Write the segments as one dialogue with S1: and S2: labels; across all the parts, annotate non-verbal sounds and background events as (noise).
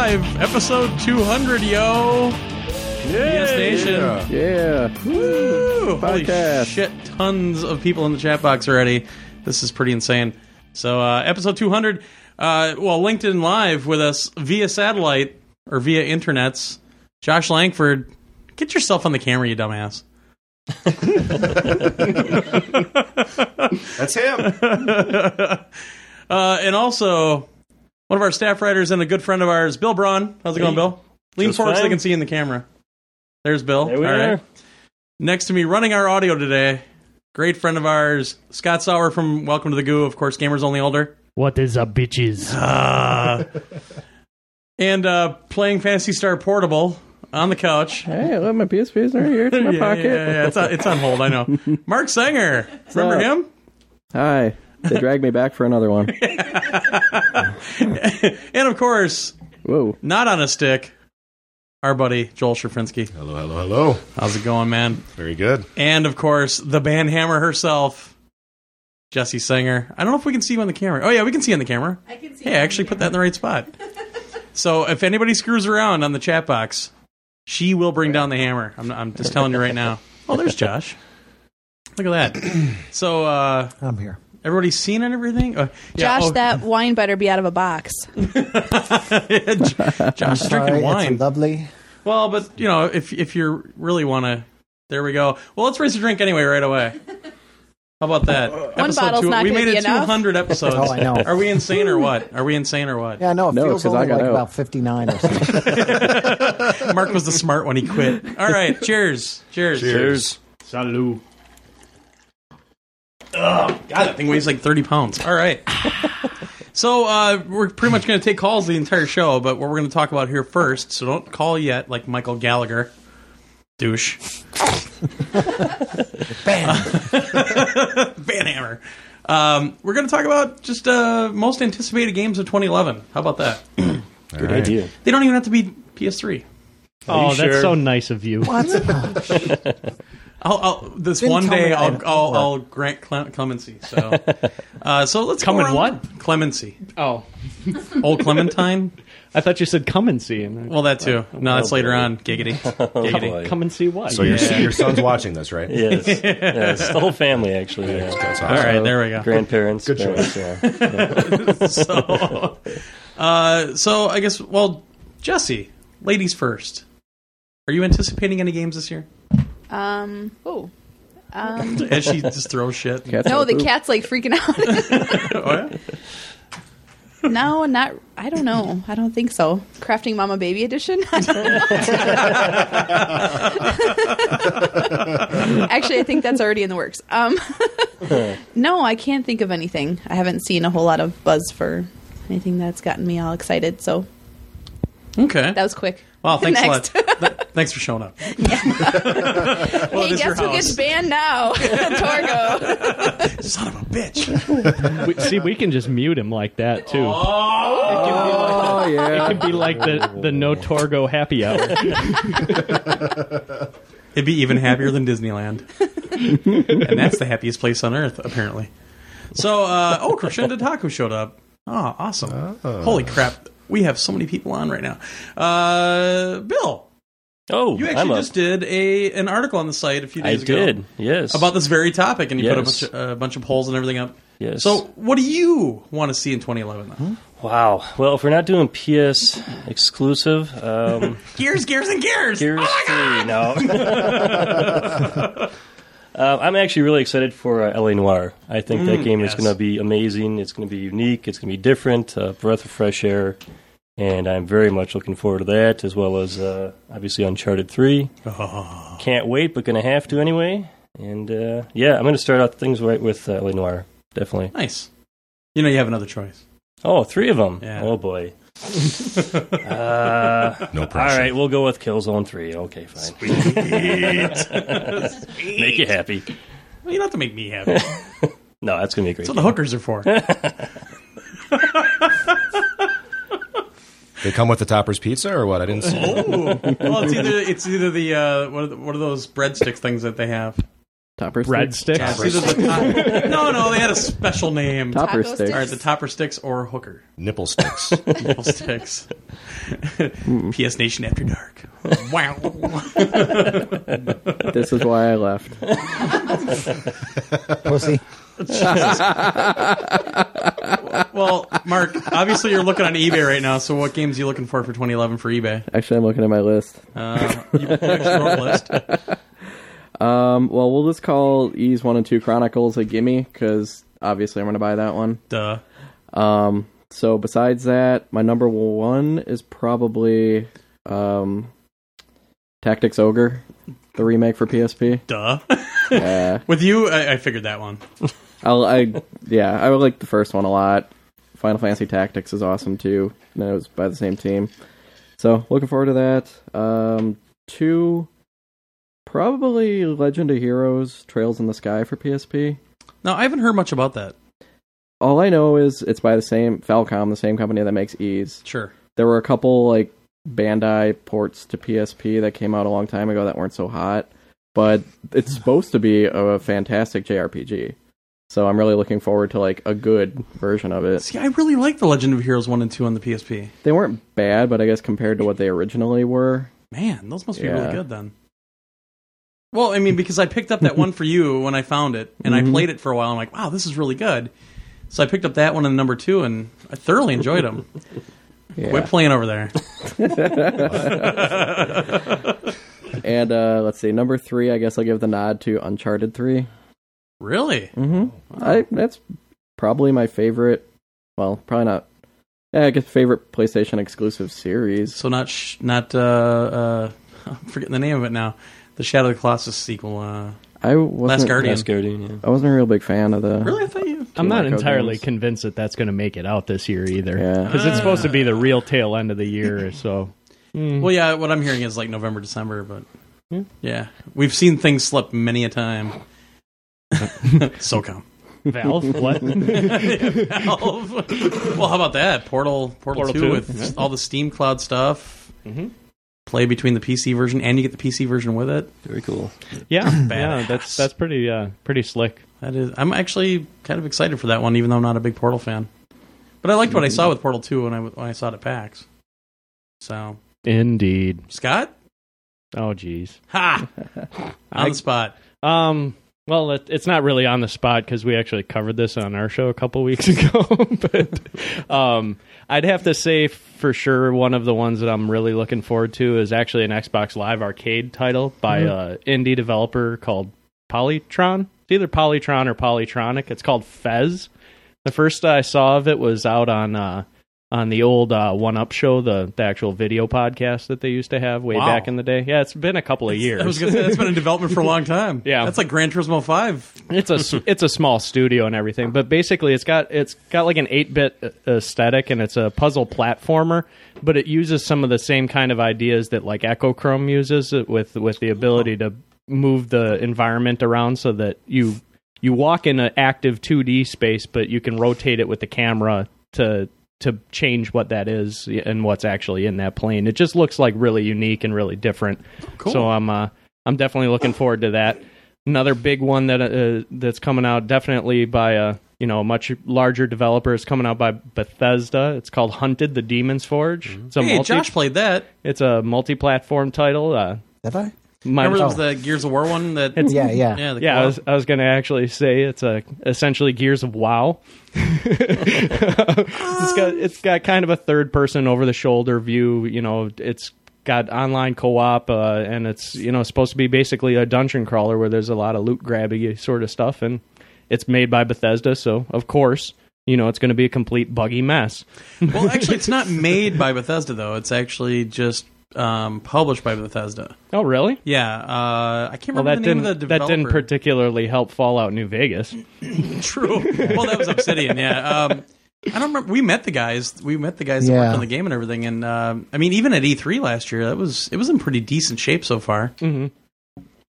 S1: Episode 200, yo. Yes, Nation.
S2: Yeah.
S1: Woo! Holy
S2: Podcast.
S1: shit, tons of people in the chat box already. This is pretty insane. So, uh, episode 200, uh, well, LinkedIn Live with us via satellite or via internets. Josh Langford, get yourself on the camera, you dumbass.
S3: That's him.
S1: Uh, and also, one of our staff writers and a good friend of ours, Bill Braun. How's it going, Bill? Lean
S4: Just
S1: forward so they
S4: fine.
S1: can see you in the camera. There's Bill.
S4: There we
S1: All
S4: are.
S1: right. Next to me, running our audio today, great friend of ours, Scott Sauer from Welcome to the Goo, of course, Gamers Only Older.
S5: (laughs) What is up, bitches?
S1: Uh, and uh, playing Fantasy Star Portable on the couch.
S2: Hey, I left my PSP is right here. It's in
S1: (laughs)
S2: my
S1: yeah,
S2: pocket.
S1: yeah, yeah, It's on, it's on hold, I know. Mark Sanger. Remember
S2: up?
S1: him?
S2: Hi. They dragged me back for another
S1: (laughs)
S2: one.
S1: And of course,
S2: Whoa.
S1: not on a stick, our buddy Joel Sherfinsky.
S3: Hello, hello, hello.
S1: How's it going, man?
S3: Very good.
S1: And of course, the band hammer herself, Jesse Singer. I don't know if we can see you on the camera. Oh yeah, we can see you on the camera. I can see. Hey, I actually put that in the right spot. so if anybody screws around on the chat box, she will bring down the hammer. I'm, I'm just telling you right (laughs) now. Oh, there's Josh. Look at that. So uh, I'm here. Everybody's seen and everything. Uh, yeah,
S6: Josh,
S1: oh,
S6: that wine better be out of a box.
S1: (laughs) Josh is
S7: Sorry,
S1: drinking wine.
S7: It's lovely.
S1: well, but you know, if if you really want to, there we go. Well, let's raise a drink anyway, right away. How about that? One
S6: bottle's not
S1: We
S6: gonna
S1: made
S6: be
S1: it
S6: enough.
S1: 200 episodes.
S7: Oh, I know.
S1: Are we insane or what? Are we insane or what?
S7: Yeah, no, it
S2: No,
S7: feels
S2: 'cause
S7: only
S2: I got
S7: like
S2: out.
S7: about 59
S2: (laughs)
S7: or something.
S1: Mark was the smart one. He quit. All right. Cheers. Cheers.
S3: Cheers.
S4: Salud.
S1: God, that thing weighs like 30 pounds. All
S5: (laughs)
S1: right. So uh, we're pretty much going to take calls the entire show, but what we're going to talk about here first, so don't call yet, like Michael Gallagher, douche.
S7: (laughs)
S1: Uh, (laughs) Banhammer. Um, we're going to talk about just uh, most anticipated games of 2011. How about that?
S3: (clears throat) Good idea.
S1: They don't even have to be PS3.
S5: Oh, that's
S4: sure?
S5: so nice of you.
S1: I'll, I'll, this
S7: Didn't
S1: one
S7: tell
S1: day
S7: me
S1: I'll,
S7: that.
S1: I'll, I'll grant cle- clemency. So,
S7: (laughs)
S1: uh, so let's
S5: Come
S1: go
S5: and
S1: around-
S5: what?
S1: clemency?
S5: Oh,
S1: Old Clementine.
S5: I thought you said come and see. And
S1: Well, that too. No, that's later on. Giggity. Giggity.
S5: come and see what?
S3: So your, your son's watching
S1: (laughs)
S3: this, right?
S8: (laughs) Yes. yes. The whole family, actually. Yeah.
S3: That's
S1: All
S3: awesome.
S1: right, there we go.
S8: Grandparents.
S3: Good
S8: parents, yeah.
S1: So, uh, so I guess, well, Jesse, ladies first. Are you anticipating any games this year?
S6: Um, oh.
S1: As she just throws shit.
S2: Cats
S6: No,
S2: out
S6: the
S2: poop.
S6: cat's like freaking out.
S1: Oh, yeah?
S6: (laughs) no, not. I don't know. I don't think so. Crafting Mama Baby Edition? (laughs) I don't
S1: (laughs)
S6: know. Actually, I think that's already in the works. Um, (laughs) no, I can't think of anything. I haven't seen a whole lot of buzz for anything that's gotten me all excited, so
S1: Okay.
S6: that was quick.
S1: Wow, thanks
S6: Next.
S1: a lot. Th- thanks for
S6: (laughs)
S1: showing up. well, it
S6: hey,
S1: is your
S6: guess who gets
S1: house.
S6: banned now? (laughs) Torgo.
S1: Son of a bitch.
S5: We- see, we can just mute him like that too.
S2: Oh, (laughs) yeah.
S5: It'd be like the the no Torgo happy hour.
S1: It'd be even happier than Disneyland. and that's the happiest place on earth, apparently. So, uh, oh, Crescendo Taku showed up. Oh, awesome. Holy crap. We have so many people on right now. Uh, Bill,
S8: (laughs) Oh,
S1: you
S8: I'm
S1: actually
S8: up.
S1: just did a an article on the site a few
S8: I
S1: days ago.
S8: did. Yes.
S1: About this very topic, and you put a bunch,
S8: Yes.
S1: of, a bunch of polls and everything up.
S8: Yes.
S1: So, what do you want to see in 2011? Then?
S8: wow. Well, if we're not doing (laughs) PS exclusive, um,
S1: Gears, gears, and gears.
S8: here's three. No. (laughs) Um, I'm actually really excited for uh, LA Noir. I think that game
S1: Mm, yes.
S8: is going to be amazing. It's going to be unique. It's going to be different. A breath of fresh air. And I'm very much looking forward to that, as well as uh, obviously Uncharted 3. Can't wait, but going to have to anyway. And uh, yeah, I'm going to start out things right with uh, LA Noir. Definitely.
S1: (laughs) Nice. You know, you have another choice.
S8: Oh, three of them.
S1: Yeah. (laughs)
S8: Oh boy. uh,
S3: No
S8: all
S3: pressure.
S8: right, we'll go with Killzone Three. Okay, fine. (laughs) Make you happy.
S1: Well, you don't have to make me happy. That's
S8: No, that's gonna be a great. (laughs)
S1: what the hookers are for.
S3: They come with the toppers pizza or what? I didn't see.
S1: Oh. (laughs) Ooh. Well, it's either it's either the uh, what are the, what are those breadstick things that they have?
S2: Topper sticks.
S5: breadsticks.
S1: It's either the top- no, no, they had a special name.
S2: Top- Topper
S6: Taco
S2: sticks.
S1: All right, the topper sticks or hooker (laughs)
S3: Nipple sticks.
S1: Nipple (laughs) sticks. PS Nation after dark. Wow.
S2: This is why I left.
S4: Pussy.
S1: Well, Mark, obviously you're looking on eBay right now. So what games are you looking for for 2011 for eBay?
S2: Actually, I'm looking at my list.
S1: Uh, you you actually wrote a list.
S2: Um, well, we'll just call E's one and two Chronicles a gimme because obviously I'm going to buy that one.
S1: Duh.
S2: Um, so besides that, my number one is probably um, Tactics Ogre, the remake for PSP.
S1: Duh. (laughs)
S2: Yeah,
S1: With you, I, I figured that one.
S2: I'll, I yeah, I would like the first one a lot. Final Fantasy Tactics is awesome too. And it was by the same team, so looking forward to that. Um, two, probably Legend of Heroes: Trails in the Sky for PSP.
S1: No, I haven't heard much about that.
S2: All I know is it's by the same Falcom, the same company that makes E's.
S1: Sure.
S2: there were a couple like Bandai ports to PSP that came out a long time ago that weren't so hot, but it's supposed to be a fantastic JRPG. So I'm really looking forward to like a good version of it.
S1: See, I really like the Legend of Heroes one and two on the PSP.
S2: They weren't bad, but I guess compared to what they originally were,
S1: Man, those must be
S2: Yeah.
S1: really good then. Well, I mean, because I picked up that one for you when I found it, and I
S2: Mhm.
S1: played it for a while. I'm like, wow, this is really good. So I picked up that one and number two, and I thoroughly enjoyed them.
S2: yeah.
S1: Quit playing over there.
S2: (laughs) and uh, let's see, number three. I guess I'll give the nod to Uncharted 3
S1: Really?
S2: Mm-hmm. I that's probably my favorite. Well, probably not. Yeah, I guess favorite PlayStation exclusive series.
S1: So not sh- not uh, uh, (laughs) I'm forgetting the name of it now. The Shadow of the Colossus sequel. Uh,
S2: I wasn't.
S1: Last Guardian.
S8: Last Guardian, yeah.
S2: I wasn't a real big fan of the.
S1: really? I thought you.
S5: I'm not
S2: Marco
S5: entirely
S2: games.
S5: convinced that that's going to make it out this year either.
S2: Yeah.
S5: Because it's supposed to be the real tail end of the year, so.
S1: Well, yeah. What I'm hearing is like November, December, but
S5: Yeah.
S1: yeah, we've seen things slip many a time. so come.
S5: Valve, what?
S1: Valve. (laughs) well, how about that Portal? Portal,
S5: Portal
S1: Two, Mm-hmm.
S5: 2,
S1: with
S5: yeah.
S1: all the Steam Cloud stuff.
S5: Mhm.
S1: Play between the PC version and you get the PC version with it.
S8: Very cool.
S5: Yeah, yeah,
S1: Badass.
S5: that's that's pretty uh, pretty slick.
S1: That is, I'm actually kind of excited for that one, even though I'm not a big Portal fan. But I liked what I saw with Portal Two when I when I saw it at PAX. So
S5: Indeed.
S1: Scott,
S5: Oh, geez.
S1: (laughs) ha, on
S5: I-
S1: the spot.
S5: Um. Well, it, it's not really on the spot because we actually covered this on our show a couple (laughs) weeks ago. but um, I'd have to say for sure one of the ones that I'm really looking forward to is actually an Xbox Live Arcade title by
S1: Mm-hmm.
S5: an indie developer called Polytron. It's either Polytron or Polytronic. It's called Fez. The first I saw of it was out on uh, on the old uh, One Up Show, the, the actual video podcast that they used to have way
S1: Wow.
S5: back in the day. Yeah, it's been a couple of years.
S1: (laughs) I was gonna say that's been in development for a long (laughs) time.
S5: Yeah.
S1: that's like Gran Turismo Five.
S5: it's a s- it's a small studio and everything, but basically it's got it's got like an eight bit aesthetic and it's a puzzle platformer, but it uses some of the same kind of ideas that like Echochrome uses uh, with with the ability to move the environment around so that you you walk in an active 2D space, but you can rotate it with the camera to to change what that is and what's actually in that plane. It just looks like really unique and really different.
S1: Cool.
S5: So I'm uh, I'm definitely looking forward to that. Another big one that uh, that's coming out definitely by a you know a much larger developer is coming out by Bethesda. It's called Hunted: The Demon's Forge. It's a
S1: Hey,
S5: multi
S1: Josh played that.
S5: it's a multi-platform title. Uh,
S4: Did I?
S5: my-
S1: Remember, there was the Gears of War one that.
S4: Yeah, yeah.
S1: yeah, the
S5: yeah, I
S1: co-op?
S5: was, I was going to actually say it's a essentially Gears of WoW. (laughs) it's got it's got kind of a third person over the shoulder view. You know, it's got online co op, uh, and it's you know supposed to be basically a dungeon crawler where there's a lot of loot grabby sort of stuff, and it's made by Bethesda, so of course you know it's going to be a complete buggy mess.
S1: well, actually, it's
S5: (laughs)
S1: not made by Bethesda though. It's actually just um, published by Bethesda.
S5: Oh, really?
S1: Yeah, uh, I can't
S5: Well,
S1: remember
S5: that
S1: the name
S5: didn't
S1: of the
S5: that
S1: developer.
S5: didn't particularly help Fallout New Vegas.
S1: True. Well, that was Obsidian. Yeah. Um, I don't remember. We met the guys. We met the guys that
S4: Yeah.
S1: worked on the game and everything. And E um, I mean, even at E3 last year, that was it was in pretty decent shape so far.
S5: Mhm.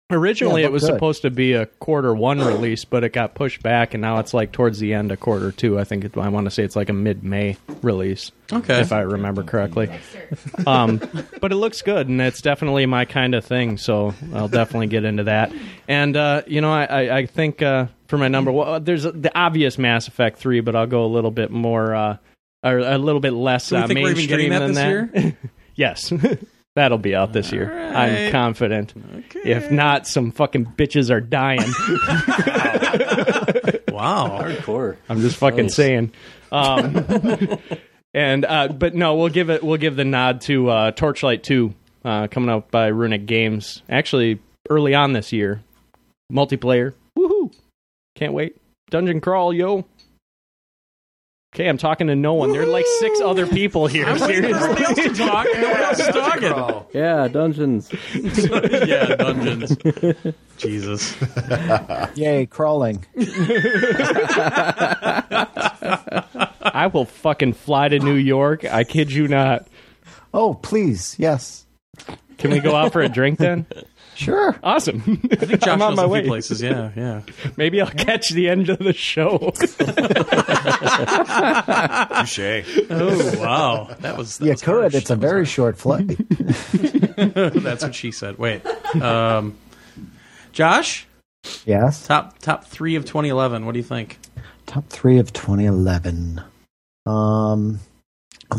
S5: Originally,
S4: Yeah,
S5: it was
S4: good.
S5: supposed to be a quarter
S1: (clears throat)
S5: one release, but it got pushed back, and now it's like towards the end of quarter two. I think it, I want to say it's like a mid-May release,
S1: Okay.
S5: if I remember correctly. (laughs) Um, but it looks good, and it's definitely my kind of thing. So I'll definitely get into that. And uh, you know, I, I, I think uh, for my number, well, there's the obvious Mass Effect three, but I'll go a little bit more, uh, or a little bit less
S1: Do we
S5: uh,
S1: think we're even
S5: mainstream
S1: getting that
S5: than
S1: this
S5: that.
S1: year?
S5: (laughs) yes, that'll be out this year. I'm
S1: right.
S5: confident. If not, some fucking bitches
S1: (laughs)
S5: are dying. (laughs)
S1: Wow.
S8: Hardcore.
S5: I'm just fucking
S8: Nice.
S5: saying. Um,
S1: (laughs)
S5: and uh, but no, we'll give it. We'll give the nod to uh, Torchlight Two uh, coming out by Runic Games. Actually, early on this year, multiplayer. Woohoo! Can't wait. Dungeon crawl, yo. Okay, I'm talking to no one. There are like six other people here. (laughs)
S1: I'm waiting for everybody else to
S5: Seriously.
S1: talk. Nobody else is talking.
S2: Yeah, dungeons.
S1: yeah, dungeons. (laughs) Jesus.
S4: Yay, crawling.
S5: I will fucking fly to New York. I kid you not.
S4: Oh, please, yes,
S5: Can we go out for a drink then? (laughs)
S4: sure.
S5: Awesome. (laughs) I think
S1: Josh
S5: I'm on
S1: knows
S5: my
S1: a
S5: way.
S1: few places. Yeah, yeah.
S5: Maybe I'll catch the end of the show.
S3: Touche.
S1: Oh wow, that was that
S4: You
S1: was
S4: could.
S1: harsh.
S4: It's a
S1: That was
S4: very short (laughs) flight.
S1: harsh. That's what she said. Wait, um, Josh,
S4: yes.
S1: top top three of 2011. What do you think?
S4: Top three of 2011. Um,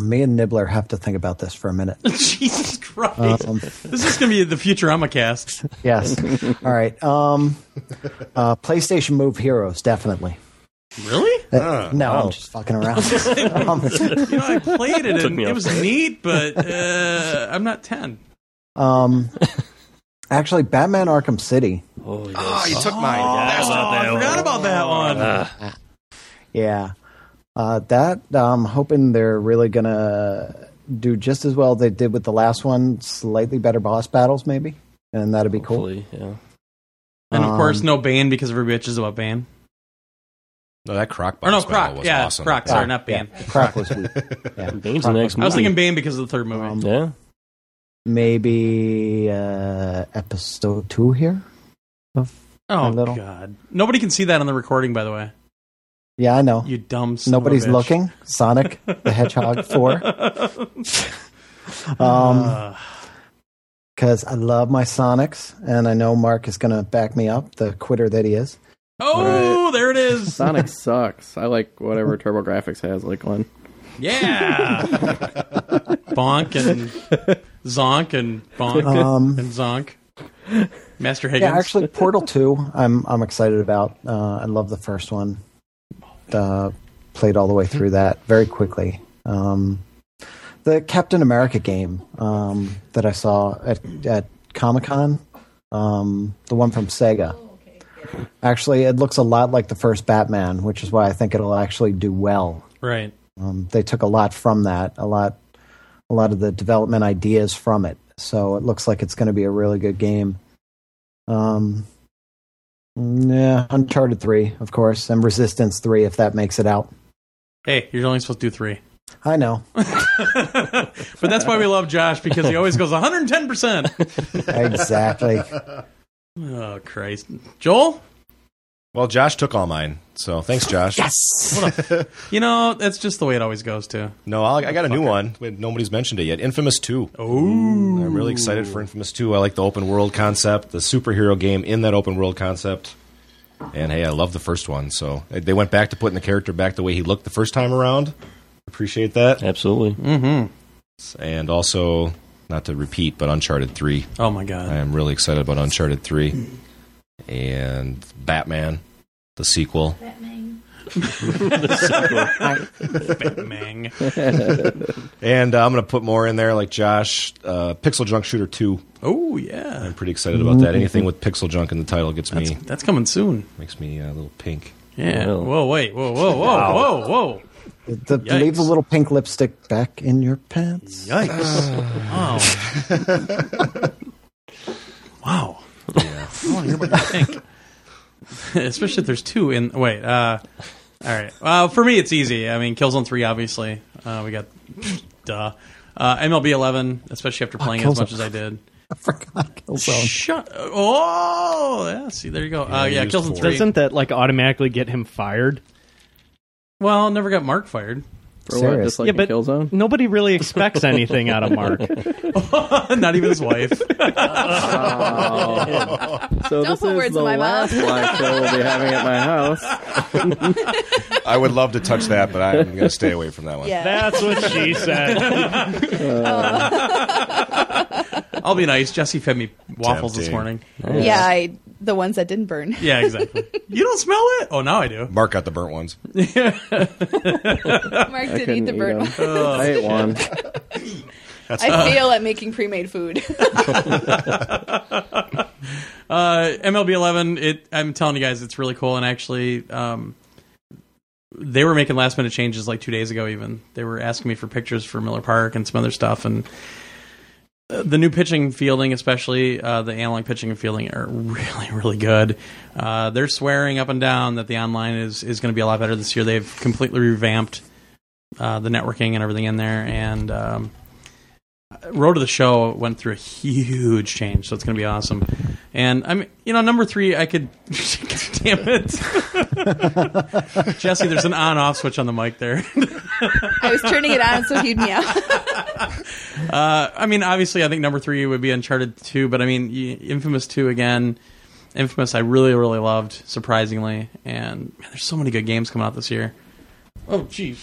S4: me and Nibbler have to think about this for a (laughs) minute.
S1: (laughs) Jesus Christ,
S4: Um,
S1: this is gonna be the Futurama cast.
S4: yes. All right. Um, uh, PlayStation Move Heroes, definitely.
S1: Really?
S4: That-
S3: Ah,
S4: no,
S3: wow.
S4: I'm just fucking (laughs) around. um,
S1: You know, I played it
S8: Took
S1: and
S8: me
S1: it
S8: off
S1: was
S8: guard.
S1: neat, but uh, I'm not ten.
S4: um, actually, Batman Arkham City.
S8: Oh, yes.
S3: Oh, you took mine.
S1: oh, I forgot about that one.
S4: Yeah. Uh, that I'm hoping they're really gonna do just as well they did with the last one. Slightly better boss battles, maybe, and that'd be cool.
S8: Hopefully, yeah.
S1: and of course,
S4: Um,
S1: no Bane because everybody bitches about Bane.
S3: No, that croc
S1: Or no,
S3: box battle
S1: Croc.
S3: was
S1: Yeah,
S3: awesome.
S1: Croc. Sorry, not Bane.
S4: Yeah, Croc was
S3: (laughs)
S4: weak. Yeah,
S8: Bane's
S4: Croc
S8: the
S4: was
S8: next
S1: I was
S8: movie.
S1: thinking Bane because of the third movie.
S4: Um,
S8: Yeah.
S4: maybe uh, episode two here.
S1: oh
S4: a little.
S1: God! Nobody can see that on the recording, by the way.
S4: Yeah, I know.
S1: You dumb. Son of a
S4: Nobody's
S1: bitch.
S4: looking. Sonic the
S1: (laughs)
S4: Hedgehog four. Um,
S1: Uh,
S4: because I love my Sonics, and I know Mark is gonna back me up, the quitter that he is.
S1: oh, there it is.
S2: Sonic sucks. I like whatever TurboGrafx has, like one.
S1: Yeah. Bonk and zonk and bonk
S4: Um,
S1: and zonk. Master Higgins.
S4: yeah, actually, Portal Two, I'm I'm excited about. Uh, I love the first one. Uh, played all the way through that very quickly. Um, the Captain America game um, that I saw at at Comic Con, um, the one from Sega. Actually, it looks a lot like the first Batman, which is why I think it'll actually do well.
S1: right.
S4: Um, they took a lot from that, a lot, a lot of the development ideas from it. So it looks like it's going to be a really good game. Um, yeah, Uncharted three, of course, and Resistance three, if that makes it out.
S1: Hey, you're only supposed to do three.
S4: I
S7: (laughs)
S4: know.
S1: but that's why we love Josh because he always goes
S4: (laughs)
S1: 110%.
S4: exactly.
S1: Oh, Christ. Joel?
S3: Well, Josh took all mine, so thanks, Josh.
S1: You know, that's just the way it always goes, too.
S3: No, I'll, I got a new one. Wait, Nobody's mentioned it yet. Infamous Two.
S1: Oh.
S3: I'm really excited for Infamous Two. I like the open world concept, the superhero game in that open world concept. And hey, I love the first one. So eh, they went back to putting the character back the way he looked the first time around. Appreciate that.
S8: Absolutely.
S1: Mm-hmm.
S3: And also, not to repeat, but Uncharted Three.
S1: Oh, my
S3: I
S1: God.
S3: am really excited about Uncharted 3 and Batman, the sequel.
S1: Mang.
S3: And uh, I'm going to put more in there, like Josh, uh, Pixel Junk Shooter 2.
S1: Oh, yeah.
S3: I'm pretty excited about that. Anything with Pixel Junk in the title gets
S1: That's,
S3: me
S1: that's coming soon.
S3: makes me uh, a little pink.
S1: Yeah.
S8: Well.
S1: Whoa, wait. Whoa, whoa, whoa, whoa, whoa.
S4: The, leave the little pink lipstick back in your pants.
S1: Yikes. wow. wow. I want to hear about your pink. (laughs) Especially if there's two in. Wait. Uh, all right. Well, for me, it's easy. I mean, Killzone 3, obviously. Uh, we got. Duh. Uh, MLB 11, especially after playing it as
S4: Killzone.
S1: much as I did.
S4: I forgot
S7: (laughs)
S4: Killzone.
S1: Shut. Oh, yeah. See, there you go.
S3: Yeah,
S1: Uh, yeah,
S3: used
S1: Killzone
S3: four.
S1: three.
S5: Doesn't that like automatically get him fired?
S1: well, never got Mark fired. (laughs)
S2: For what?
S4: Serious.
S2: Just like
S5: Yeah,
S2: in
S5: but-
S6: (laughs)
S2: Killzone?
S5: Nobody really expects anything out of Mark.
S1: Not even his wife.
S2: So
S6: Don't
S2: this
S6: put
S2: is
S6: words
S2: the
S6: in my mouth.
S2: last (laughs) live show we'll be having at my house.
S3: I would love to touch that, but I'm going to stay away from that one.
S6: Yeah.
S5: (laughs) That's what she said.
S1: I'll be nice. Jesse fed me waffles this
S3: Tempting.
S1: morning.
S6: yeah, I, the ones that didn't burn.
S1: Yeah, exactly. you don't smell it? Oh, now I do.
S3: Mark got the burnt ones.
S6: Mark
S2: I
S6: didn't eat
S2: couldn't
S6: the
S2: eat
S6: burnt one.
S2: them. I ate one.
S6: (laughs) I fail at making pre-made food. (laughs)
S1: Uh, MLB 11. It. I'm telling you guys, it's really cool. And actually, um, they were making last minute changes like two days ago. Even they were asking me for pictures for Miller Park and some other stuff. And uh, the new pitching fielding, especially uh, the analog pitching and fielding, are (laughs) really really good. Uh, they're swearing up and down that the online is is going to be a lot better this year. They've completely revamped uh, the networking and everything in there. And um, Road to the Show went through a huge change, so it's going to be awesome. And I'm, you know, number three, I could. (laughs) God damn it, Jesse. There's an on-off switch on the mic there. (laughs)
S6: I was turning it on so he'd meow.
S1: Uh, I mean, obviously, I think number three would be Uncharted two, but I mean, y- Infamous two again. Infamous, I really, really loved, surprisingly. And man, there's so many good games coming out this year. Oh, jeez.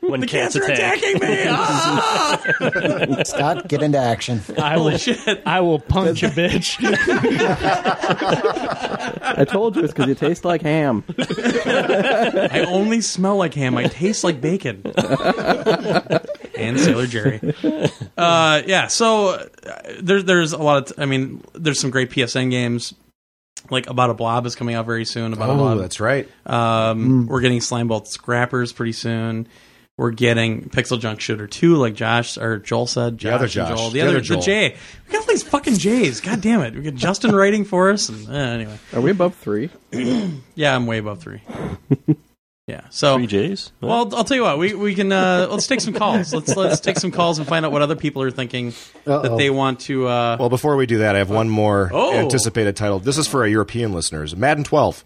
S8: When cats
S1: They're
S8: attack.
S1: attacking (laughs) me. Ah!
S4: Scott, get into
S7: (laughs)
S4: action.
S5: I will,
S1: (laughs)
S5: I will punch a bitch.
S2: I told you it's because you taste like ham.
S1: I only smell like ham. I taste like
S8: (laughs)
S1: bacon. and Sailor Jerry. Uh, yeah. So uh, there's there's a lot of. I mean, there's some great PSN games. Like about a blob is coming out very soon. About a
S3: Oh,
S1: blob.
S3: that's right.
S1: Um, We're getting Slime Bolt Scrappers pretty soon. We're getting Pixel Junk Shooter 2, like Josh or Joel said. Josh
S3: other
S1: and
S3: Josh.
S1: Joel. The,
S3: The
S1: other,
S3: other
S1: The
S3: Joel.
S1: J. We got all these fucking J's. God damn it. We got Justin writing for us. And, uh, anyway.
S2: Are we above three?
S1: Yeah, I'm way above
S3: (laughs)
S1: three. yeah. So.
S8: Three J's.
S1: Well, I'll, I'll tell you what. We we can uh, let's take some calls. Let's let's take some calls and find out what other people are thinking that
S4: Uh-oh.
S1: they want to. Uh,
S3: Well, before we do that, I have one more
S1: Oh.
S3: anticipated title. This is for our European listeners. Madden 12.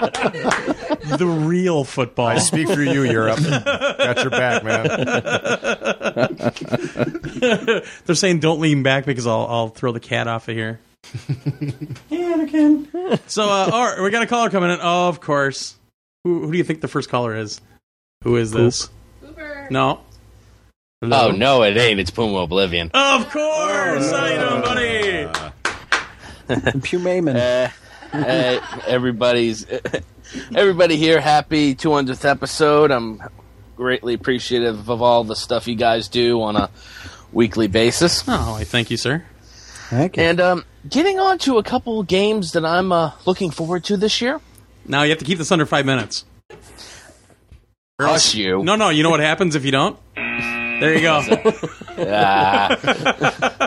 S1: the real football.
S3: I speak through you, Europe. (laughs) Got your back, man.
S1: (laughs) They're saying don't lean back because I'll I'll throw the cat off of (laughs) here. Anakin. so, uh, all right, we got a caller coming in. Oh, of course. Who who do you think the first caller is? Who is this? No.
S7: Oh no, it ain't. It's Puma Oblivion.
S1: Of course. How you doing, buddy?
S4: Pumaman.
S7: Uh, (laughs) hey, everybody's everybody here. Happy 200th episode. I'm greatly appreciative of all the stuff you guys do on a weekly basis.
S1: Oh, I thank you, sir.
S4: Thank you.
S7: And um, getting on to a couple games that I'm uh, looking forward to this year.
S1: Now you have to keep this under five minutes.
S7: Hush you.
S1: No, no. You know what happens if you don't? There you go.
S7: Ah.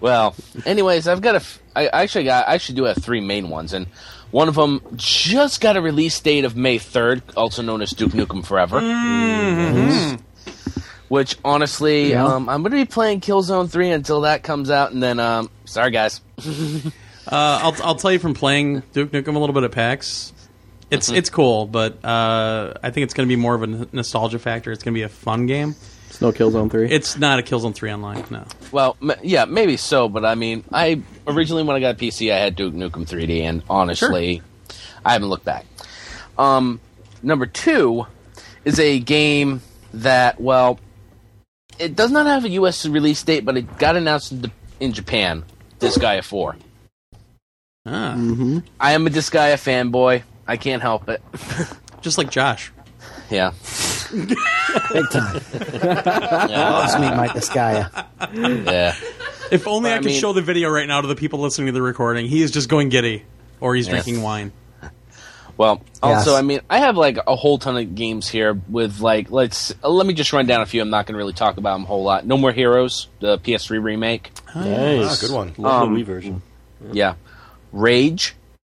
S7: well, anyways, I've got a. F- I I actually got. I actually do have three main ones, and one of them just got a release date of May third, also known as Duke Nukem Forever. Which honestly,
S4: Yeah.
S7: um, I'm going to be playing Killzone three until that comes out, and then um, sorry guys,
S1: Uh, I'll I'll tell you from playing Duke Nukem a little bit at PAX. It's
S7: Mm-hmm.
S1: it's cool, but uh, I think it's going to be more of a n- nostalgia factor. It's going to be a fun game.
S2: It's no Killzone three.
S1: It's not a Killzone Three Online. No,
S7: Well, m- yeah, maybe so, but I mean, I originally when I got a PC, I had Duke Nukem 3D, and honestly, I haven't looked back. Um, number two is a game that, well, it does not have a U.S. release date, but it got announced in, in Japan. Disgaea 4.
S1: ah,
S7: I am a Disgaea fanboy. I can't help it. (laughs)
S1: just like Josh.
S7: Yeah.
S4: Big time. Loves me, Mike Disgaea.
S7: (laughs) Yeah.
S1: If only I
S7: I
S1: could
S7: mean-
S1: show the video right now to the people listening to the recording. He is just going giddy, or he's drinking wine.
S7: Well, also,
S4: Yes.
S7: I mean, I have like a whole ton of games here with like let's uh, let me just run down a few. I'm not going to really talk about them a whole lot. No more heroes, the PS3 remake.
S3: Ah,
S8: Nice.
S3: good one.
S8: Love
S7: Um,
S8: the Wii version.
S7: Yeah, Rage.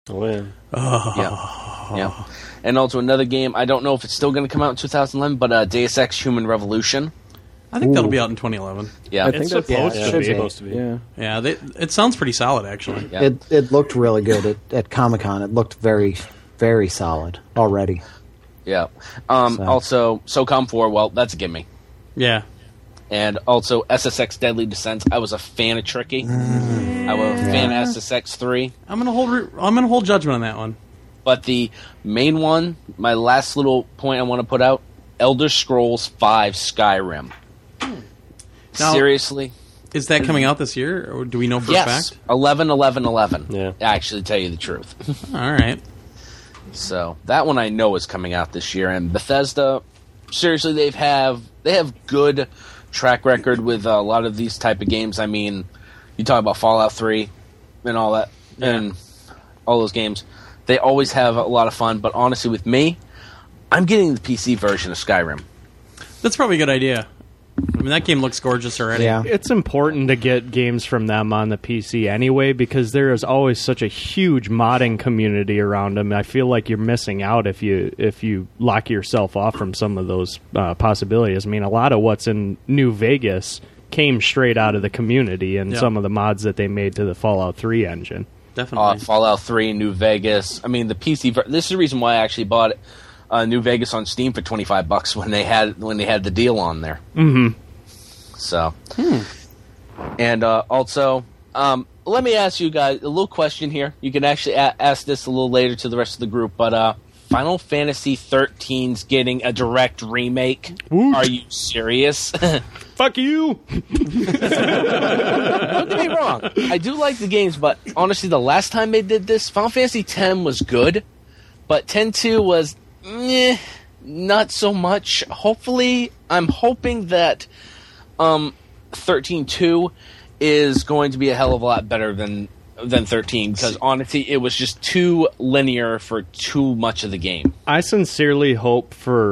S8: Oh, yeah.
S7: Yeah, yeah, and also another game. I don't know if it's still going to come out in 2011, but uh, Deus Ex: Human Revolution.
S1: I think that'll be out in 2011.
S7: Yeah.
S2: I
S7: It's
S2: think
S8: It's
S2: that's
S8: supposed
S4: yeah, it
S8: to
S4: should
S8: be.
S4: be.
S8: Supposed to be.
S2: yeah.
S1: Yeah, they, it sounds pretty solid actually.
S7: Yeah.
S4: It it looked really good at, at Comic Con. It looked very very solid already.
S7: Yeah. Um,
S4: So-
S7: Also, SOCOM 4, well, that's a gimme.
S1: Yeah,
S7: And also, SSX Deadly Descent. I was a fan of Tricky.
S4: Mm.
S7: I was a fan of SSX 3.
S1: I'm gonna hold re- I'm gonna hold judgment on that one.
S7: But the main one, my last little point I want to put out Elder Scrolls 5 Skyrim.
S1: Now-
S7: Seriously?
S1: Is that coming out this year, or do we know for
S7: Mm-hmm. Yes.
S1: a fact?
S7: 11, 11, 11.
S8: Yeah.
S7: I actually tell you the truth.
S1: All right.
S7: So that one I know is coming out this year. And Bethesda, seriously, they've have they have good track record with a lot of these type of games. I mean, you talk about Fallout Three and all that, and all those games. They always have a lot of fun. But honestly, with me, I'm getting the PC version of Skyrim.
S1: That's probably a good idea. I mean, that game looks gorgeous already.
S4: Yeah.
S5: It's important to get games from them on the PC anyway because there is always such a huge modding community around them. I feel like you're missing out if you if you lock yourself off from some of those uh, possibilities. I mean, a lot of what's in New Vegas came straight out of the community and
S1: Yeah.
S5: some of the mods that they made to the Fallout 3 engine.
S7: Uh,
S1: definitely.
S7: Fallout Three, New Vegas. I mean, the PC. Ver- this is the reason why I actually bought uh, New Vegas on Steam for twenty five bucks when they had when they had the deal on there.
S5: Mhm.
S7: So, and uh, also, um, let me ask you guys a little question here. You can actually a- ask this a little later to the rest of the group, but uh, Final Fantasy XIII's getting a direct remake. Are you serious? (laughs) Don't
S5: Fuck you.
S7: get me wrong. I do like the games, but honestly, the last time they did this, Final Fantasy X was good, but X two was meh, not so much. Hopefully, I'm hoping that um, 13.2 is going to be a hell of a lot better than than 13 because honestly it was just too linear for too much of the game
S5: I sincerely hope for